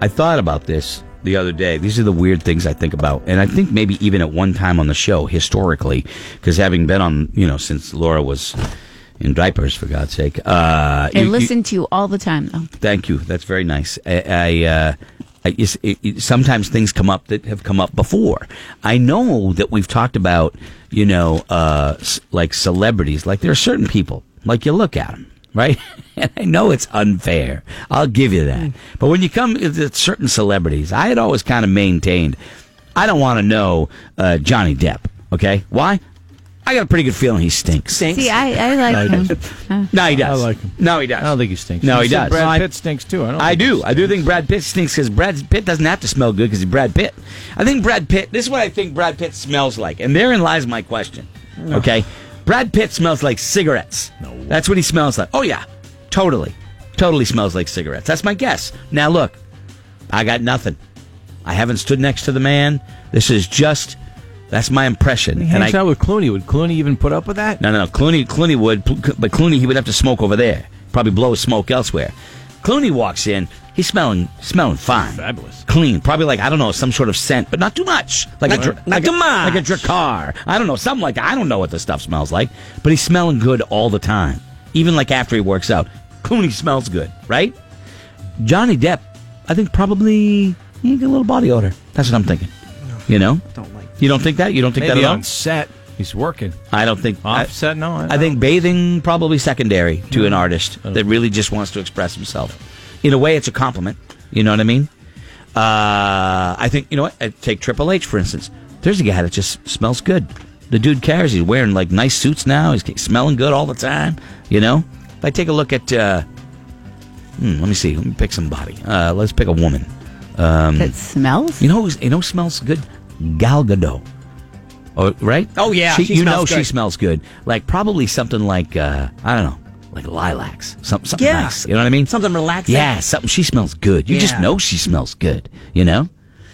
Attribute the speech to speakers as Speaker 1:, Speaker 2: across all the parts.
Speaker 1: I thought about this the other day. These are the weird things I think about, and I think maybe even at one time on the show historically, because having been on, you know, since Laura was in diapers for God's sake. Uh,
Speaker 2: I
Speaker 1: you- you-
Speaker 2: listen to you all the time, though.
Speaker 1: Thank you. That's very nice. I, I, uh, I it's- it, it, sometimes things come up that have come up before. I know that we've talked about, you know, uh, s- like celebrities. Like there are certain people, like you look at them, right? And I know it's unfair. I'll give you that.
Speaker 3: Mm.
Speaker 1: But when you come to certain celebrities, I had always kind of maintained, I don't want to know uh, Johnny Depp. Okay, why? I got a pretty good feeling he stinks.
Speaker 4: Stinks.
Speaker 2: See, I, I like
Speaker 3: I
Speaker 2: him. Uh,
Speaker 1: No, he does.
Speaker 3: I like him.
Speaker 1: No, he does.
Speaker 3: I don't think he stinks.
Speaker 1: No,
Speaker 3: You
Speaker 1: he
Speaker 3: said
Speaker 1: does.
Speaker 3: Brad
Speaker 1: No, I-
Speaker 3: Pitt stinks too. I don't.
Speaker 1: I
Speaker 3: think he
Speaker 1: do. I
Speaker 3: stinks.
Speaker 1: do think Brad Pitt stinks because Brad Pitt doesn't have to smell good because he's Brad Pitt. I think Brad Pitt. This is what I think Brad Pitt smells like, and therein lies my question.
Speaker 3: Ah.
Speaker 1: Okay, Brad Pitt smells like cigarettes. No, that's what he smells like. Oh yeah, totally, totally smells like cigarettes. That's my guess. Now look, I got nothing. I haven't stood next to the man. This is just. That's my impression.
Speaker 3: He
Speaker 1: and
Speaker 3: hangs
Speaker 1: I,
Speaker 3: out with Clooney. Would Clooney even put up with that?
Speaker 1: no, no, no. Clooney, Clooney would, pl- but Clooney he would have to smoke over there. Probably blow his smoke elsewhere. Clooney walks in. He's smelling, smelling fine,
Speaker 3: Fabulous.
Speaker 1: clean. Probably like I don't know some sort of scent, but not too much. Like a dr- like,
Speaker 4: too
Speaker 1: a, like
Speaker 4: much.
Speaker 1: a Dracar. I don't know something like that. I don't know what this stuff smells like, but he's smelling good all the time. Even like after he works out, Clooney smells good, right? Johnny Depp, I think probably he got a little body odor. That's what I'm thinking. You know,
Speaker 4: Don't like
Speaker 1: you don't think that? You don't think
Speaker 3: Maybe
Speaker 1: that at all?
Speaker 3: on set. He's working.
Speaker 1: I don't think I-
Speaker 3: Offset? No, I don't Mm-hmm.
Speaker 1: I think bathing probably secondary to an artist that really just wants to express himself. In a way, it's a compliment. You know what I mean? Uh, I think you know what. I take Triple H for instance. There's a guy that just smells good. The dude cares. He's wearing like nice suits now. He's smelling good all the time. You know. If I take a look at, uh, hmm, let me see. Let me pick somebody. Uh, let's pick a woman.
Speaker 2: that smells.
Speaker 1: Um, You know, who's, you know, who smells good. Gal Gadot. Oh, right?
Speaker 4: Oh, yeah,
Speaker 1: She,
Speaker 4: she
Speaker 1: you
Speaker 4: smells
Speaker 1: know, she
Speaker 4: good.
Speaker 1: smells good. Like probably something like uh, I don't know, like lilacs, some, something
Speaker 4: Yeah.
Speaker 1: nice. You know what I mean?
Speaker 4: Something relaxing.
Speaker 1: Yeah, something. She smells good. You just
Speaker 4: Yeah.
Speaker 1: know she smells good. You know?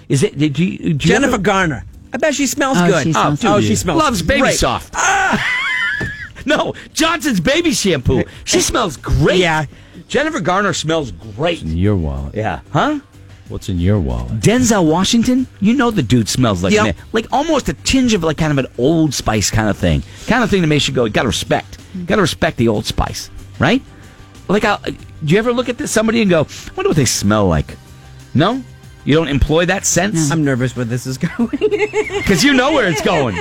Speaker 1: Is it? Did you? do you
Speaker 4: Jennifer
Speaker 1: ever-
Speaker 4: Garner. I bet she smells
Speaker 2: Oh,
Speaker 4: good.
Speaker 2: she
Speaker 4: oh,
Speaker 2: smells
Speaker 4: oh,
Speaker 2: good.
Speaker 4: she smells
Speaker 1: loves baby
Speaker 4: great. Ah!
Speaker 1: soft. no, Johnson's baby shampoo. She smells great.
Speaker 4: Yeah.
Speaker 1: Jennifer Garner smells great.
Speaker 3: In your wallet.
Speaker 1: Yeah. Huh?
Speaker 3: What's in your wallet?
Speaker 1: Denzel Washington, you know the dude smells like
Speaker 4: Yep.
Speaker 1: man, like almost a tinge of like kind of an old spice kind of thing. Kind of thing that makes you go, gotta respect. Gotta respect the old spice, right? Like I do you ever look at this, somebody and go, I wonder what they smell like? No? You don't employ that sense?
Speaker 4: I'm nervous where this is going.
Speaker 1: Because you know where it's going.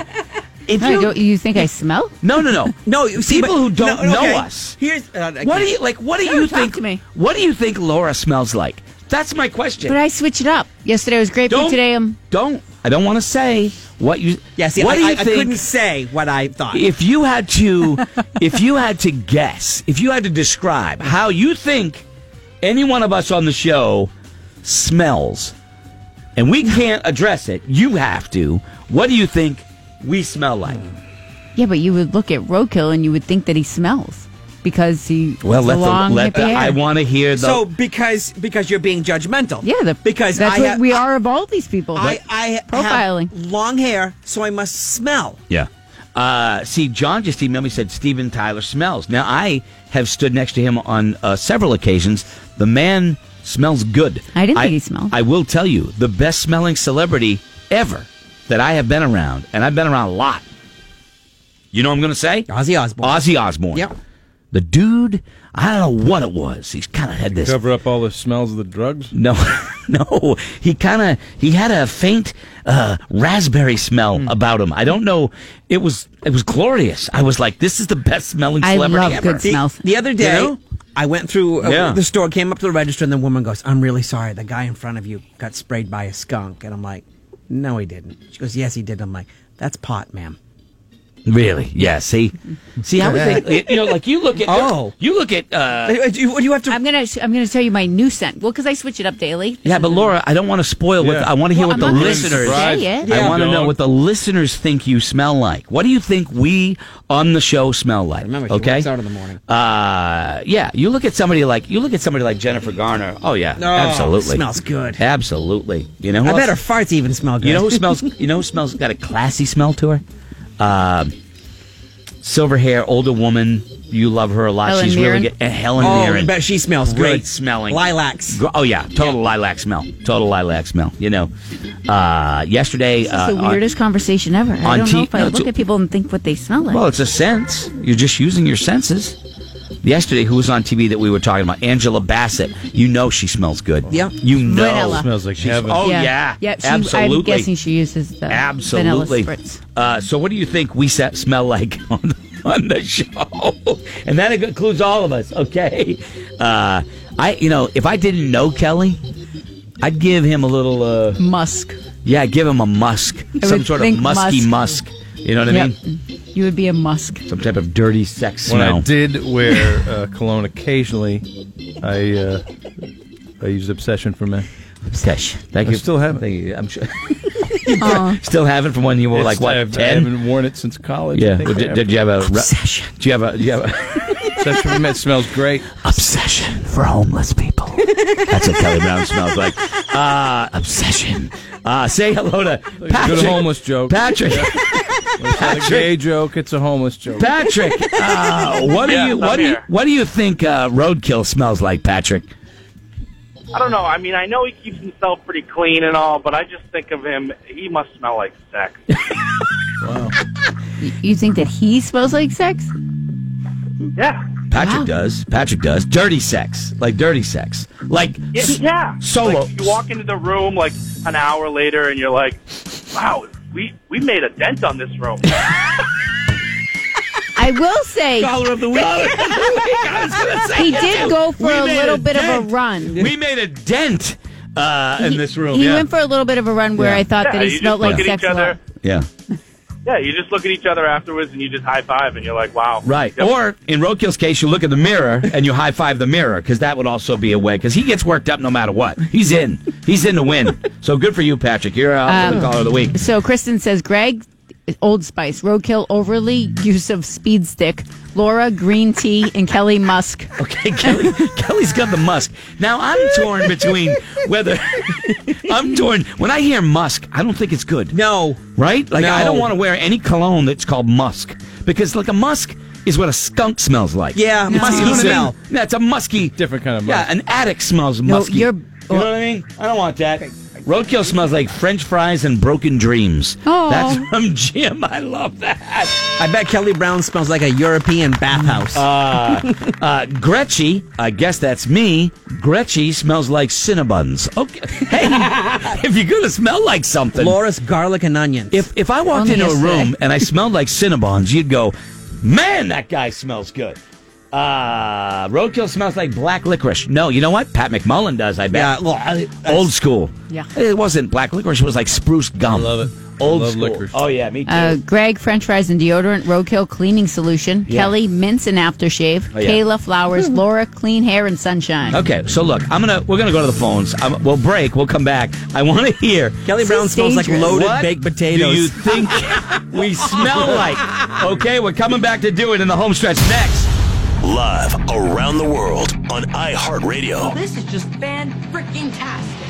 Speaker 1: If
Speaker 2: No, you,
Speaker 1: you,
Speaker 2: go- you think I smell?
Speaker 1: no, no, no.
Speaker 4: no, you see,
Speaker 1: people
Speaker 4: but-
Speaker 1: who don't
Speaker 4: no, okay.
Speaker 1: know us.
Speaker 4: Here's uh,
Speaker 1: What
Speaker 4: I
Speaker 1: do
Speaker 4: can't-
Speaker 1: you like what do
Speaker 2: No,
Speaker 1: you
Speaker 2: talk
Speaker 1: think
Speaker 2: to me.
Speaker 1: what do you think Laura smells like? That's my question.
Speaker 2: But I switch it up. Yesterday was grape,
Speaker 1: don't
Speaker 2: but today um, I'm.
Speaker 1: don't I don't want to say what you
Speaker 4: Yeah, see,
Speaker 1: what
Speaker 4: I,
Speaker 1: do you
Speaker 4: I, I
Speaker 1: think
Speaker 4: couldn't say what I thought.
Speaker 1: if you had to if you had to guess if you had to describe how you think any one of us on the show smells and we can't address it you have to what do you think we smell like
Speaker 2: Yeah, but you would look at roadkill and you would think that he smells because he.
Speaker 1: well
Speaker 2: it's
Speaker 1: let
Speaker 2: a
Speaker 1: the,
Speaker 2: long
Speaker 1: let the
Speaker 2: hippie hair.
Speaker 1: i want to hear the
Speaker 4: so because because you're being judgmental.
Speaker 2: Yeah, the,
Speaker 4: because
Speaker 2: that's
Speaker 4: I
Speaker 2: what
Speaker 4: have,
Speaker 2: we are of all these people.
Speaker 4: I, I
Speaker 2: profiling.
Speaker 4: have long hair, so I must smell.
Speaker 1: yeah uh, see, John just emailed me said Steven Tyler smells. Now I have stood next to him on uh, several occasions. The man smells good.
Speaker 2: I didn't think he smelled.
Speaker 1: I will tell you, the best smelling celebrity ever that I have been around, and I've been around a lot. You know what I'm going to say?
Speaker 4: Ozzy Osbourne.
Speaker 1: Ozzy Osbourne.
Speaker 4: Yep.
Speaker 1: The dude, I don't know what it was. He's kind of had this.
Speaker 3: Cover up all the smells of the drugs.
Speaker 1: No, no. He kind of he had a faint uh, raspberry smell
Speaker 2: Hmm.
Speaker 1: about him. I don't know. It was it was glorious. I was like, this is the best smelling
Speaker 2: I
Speaker 1: celebrity
Speaker 2: love
Speaker 1: ever.
Speaker 2: good smells.
Speaker 4: The other day,
Speaker 1: You know?
Speaker 4: I went through uh,
Speaker 1: Yeah.
Speaker 4: the store, came up to the register, and the woman goes, "I'm really sorry. The guy in front of you got sprayed by a skunk." And I'm like, "No, he didn't." She goes, "Yes, he did." I'm like, "That's pot, ma'am."
Speaker 1: Really? Yeah. See, see, I would think you know, like you look at
Speaker 4: Oh.
Speaker 1: you look at uh,
Speaker 4: Uh, do you, do you have to?
Speaker 2: I'm gonna I'm gonna tell you my new scent. Well, because I switch it up daily.
Speaker 1: Yeah, but Laura, I don't want to spoil what
Speaker 3: Yeah.
Speaker 1: I want to hear
Speaker 2: Well,
Speaker 1: what
Speaker 2: I'm
Speaker 1: the
Speaker 2: not gonna
Speaker 1: listeners.
Speaker 2: say it.
Speaker 1: I
Speaker 4: Yeah.
Speaker 1: want to know
Speaker 3: Dog.
Speaker 1: what the listeners think you smell like. What do you think we on the show smell like?
Speaker 4: Remember, she
Speaker 1: okay.
Speaker 4: works out in the morning.
Speaker 1: Uh, yeah. You look at somebody like you look at somebody like Jennifer Garner. Oh yeah,
Speaker 4: No,
Speaker 1: absolutely.
Speaker 4: smells good.
Speaker 1: Absolutely. You know. Who
Speaker 4: I bet her
Speaker 1: else-
Speaker 4: farts even smell good.
Speaker 1: You know who smells? You know who smells? Got a classy smell to her. Um Uh, silver hair, older woman. You love her a lot.
Speaker 2: Helen
Speaker 1: She's
Speaker 2: Mirren.
Speaker 1: really good. And Helen
Speaker 4: Oh,
Speaker 1: Mirren.
Speaker 4: but she smells
Speaker 1: great
Speaker 4: good.
Speaker 1: smelling.
Speaker 4: Lilacs.
Speaker 1: Gr- Oh yeah, total lilac smell. Total lilac smell. You know, uh, yesterday.
Speaker 2: It's
Speaker 1: uh,
Speaker 2: the
Speaker 1: on-
Speaker 2: weirdest conversation ever. I
Speaker 1: on
Speaker 2: don't
Speaker 1: T-
Speaker 2: know if I
Speaker 1: no,
Speaker 2: look
Speaker 1: it's-
Speaker 2: at people and think what they smell like.
Speaker 1: Well, it's a sense. You're just using your senses. Yesterday, who was on TV that we were talking about? Angela Bassett. You know she smells good.
Speaker 4: Yeah.
Speaker 1: You know.
Speaker 2: Vanilla.
Speaker 3: Smells like
Speaker 1: She's-
Speaker 3: heaven.
Speaker 1: Oh, yeah.
Speaker 2: yeah. She,
Speaker 1: absolutely.
Speaker 2: I'm guessing she uses the
Speaker 1: absolutely.
Speaker 2: vanilla spritz.
Speaker 1: Uh, so, what do you think we se- smell like on, on the show? And that includes all of us, okay? Uh, I, you know, if I didn't know Kelly, I'd give him a little. Uh,
Speaker 2: Musk.
Speaker 1: yeah, give him a musk,
Speaker 2: I
Speaker 1: some
Speaker 2: would
Speaker 1: sort of
Speaker 2: think
Speaker 1: musky musk.
Speaker 2: musk.
Speaker 1: You know what I mean?
Speaker 2: Yep. You would be a musk.
Speaker 1: Some type of dirty sex
Speaker 3: When
Speaker 1: smell.
Speaker 3: I did wear uh, cologne occasionally, I uh, I used obsession for men.
Speaker 1: Obsession. Thank
Speaker 3: I
Speaker 1: you.
Speaker 3: still have it.
Speaker 1: Thank you. I'm sure. still have it from when you were like
Speaker 3: It's-
Speaker 1: what
Speaker 3: I've, I
Speaker 1: ten?
Speaker 3: haven't worn it since college.
Speaker 1: Yeah.
Speaker 3: I think
Speaker 1: Well,
Speaker 3: I
Speaker 1: did,
Speaker 3: have.
Speaker 1: did you have a
Speaker 4: Obsession.
Speaker 1: Do you have a? Do you have a
Speaker 3: obsession for men smells great.
Speaker 1: obsession for homeless people? That's what Kelly Brown smells like. Uh, obsession. Uh, say hello to Patrick.
Speaker 3: homeless joke.
Speaker 1: Patrick.
Speaker 3: It's not a gay joke. It's a homeless joke.
Speaker 1: Patrick. Uh, what do
Speaker 5: Yeah,
Speaker 1: you?
Speaker 5: I'm
Speaker 1: What do you?
Speaker 5: here.
Speaker 1: What do you think? Uh, roadkill smells like Patrick.
Speaker 5: I don't know. I mean, I know he keeps himself pretty clean and all, but I just think of him. He must smell like sex.
Speaker 2: You, you think that he smells like sex?
Speaker 5: yeah.
Speaker 1: Patrick
Speaker 2: Wow.
Speaker 1: does. Patrick does. Dirty sex. Like dirty sex. Like
Speaker 5: Yeah.
Speaker 1: s-
Speaker 5: yeah.
Speaker 1: solo.
Speaker 5: Like, you walk into the room like an hour later, and you're like, "Wow, we we made a dent on this room."
Speaker 2: I will say
Speaker 1: Dollar of the week. I was gonna say
Speaker 2: he
Speaker 1: it,
Speaker 2: did
Speaker 1: too.
Speaker 2: go for
Speaker 1: We
Speaker 2: a
Speaker 1: made
Speaker 2: little bit of a
Speaker 1: dent.
Speaker 2: run.
Speaker 1: We made a dent uh, in
Speaker 2: He-
Speaker 1: this room.
Speaker 2: He
Speaker 1: yeah.
Speaker 2: went for a little bit of a run where
Speaker 1: Yeah.
Speaker 2: I thought
Speaker 5: yeah,
Speaker 2: that he
Speaker 5: you just
Speaker 2: smelled
Speaker 5: look
Speaker 2: like
Speaker 5: at
Speaker 2: sex.
Speaker 5: each
Speaker 2: a lot.
Speaker 5: other.
Speaker 1: yeah.
Speaker 5: Yeah, you just look at each other afterwards, and you just high five, and you're like, "Wow."
Speaker 1: Right.
Speaker 5: Yep.
Speaker 1: Or in Roadkill's case, you look in the mirror and you high five the mirror because that would also be a way because he gets worked up no matter what. He's in. He's in to win. So good for you, Patrick. You're out for the
Speaker 2: Um,
Speaker 1: caller of the week.
Speaker 2: So Kristen says, Greg, Old Spice, roadkill, overly use of speed stick, Laura, green tea, and Kelly Musk.
Speaker 1: Okay, Kelly, Kelly's got the musk. Now I'm torn between whether I'm torn. When I hear musk, I don't think it's good.
Speaker 4: No.
Speaker 1: Right? Like
Speaker 4: No.
Speaker 1: I don't want to wear any cologne that's called musk because like a musk is what a skunk smells like.
Speaker 4: Yeah,
Speaker 1: It's
Speaker 4: musky
Speaker 1: something-
Speaker 4: smell.
Speaker 1: That's a musky,
Speaker 3: Different kind of musk.
Speaker 1: Yeah, an addict smells musky.
Speaker 2: you're-
Speaker 1: You know what I mean? I don't want that. Roadkill smells like French fries and broken dreams.
Speaker 2: Oh.
Speaker 1: that's from Jim. I love that.
Speaker 4: I bet Kelly Brown smells like a European bathhouse.
Speaker 1: Mm, Uh, Gretchy, I guess that's me. Gretchy smells like Cinnabuns. Okay. Hey, if you're going to smell like something.
Speaker 4: Laura's garlic and onions.
Speaker 1: if, if I walked
Speaker 2: Only
Speaker 1: into a
Speaker 2: yesterday.
Speaker 1: room and I smelled like Cinnabons, you'd go, man, that guy smells good. Uh, roadkill smells like black licorice. No, you know what? Pat McMullen does, I
Speaker 4: yeah,
Speaker 1: bet.
Speaker 4: well, I- I-
Speaker 1: Old school.
Speaker 2: Yeah.
Speaker 1: It wasn't black licorice, it was like spruce gum.
Speaker 3: I love it.
Speaker 1: Old
Speaker 3: I love
Speaker 1: school.
Speaker 3: licorice.
Speaker 1: Oh, yeah, me too.
Speaker 2: Uh, Greg, French fries and deodorant, roadkill cleaning solution,
Speaker 1: Yeah.
Speaker 2: Kelly, mints and aftershave,
Speaker 1: Oh, yeah.
Speaker 2: Kayla, flowers, Laura, clean hair and sunshine.
Speaker 1: Okay, so look, I'm gonna we're gonna go to the phones. i we'll break. We'll come back. I want to hear
Speaker 4: Kelly
Speaker 2: This
Speaker 4: Brown
Speaker 2: is
Speaker 4: smells like
Speaker 2: dangerous.
Speaker 4: loaded
Speaker 1: What
Speaker 4: baked potatoes.
Speaker 1: Do you think we smell like? Okay, we're coming back to do it in the home stretch next.
Speaker 6: Live around the world on iHeartRadio.
Speaker 7: This is just fan freaking tastic.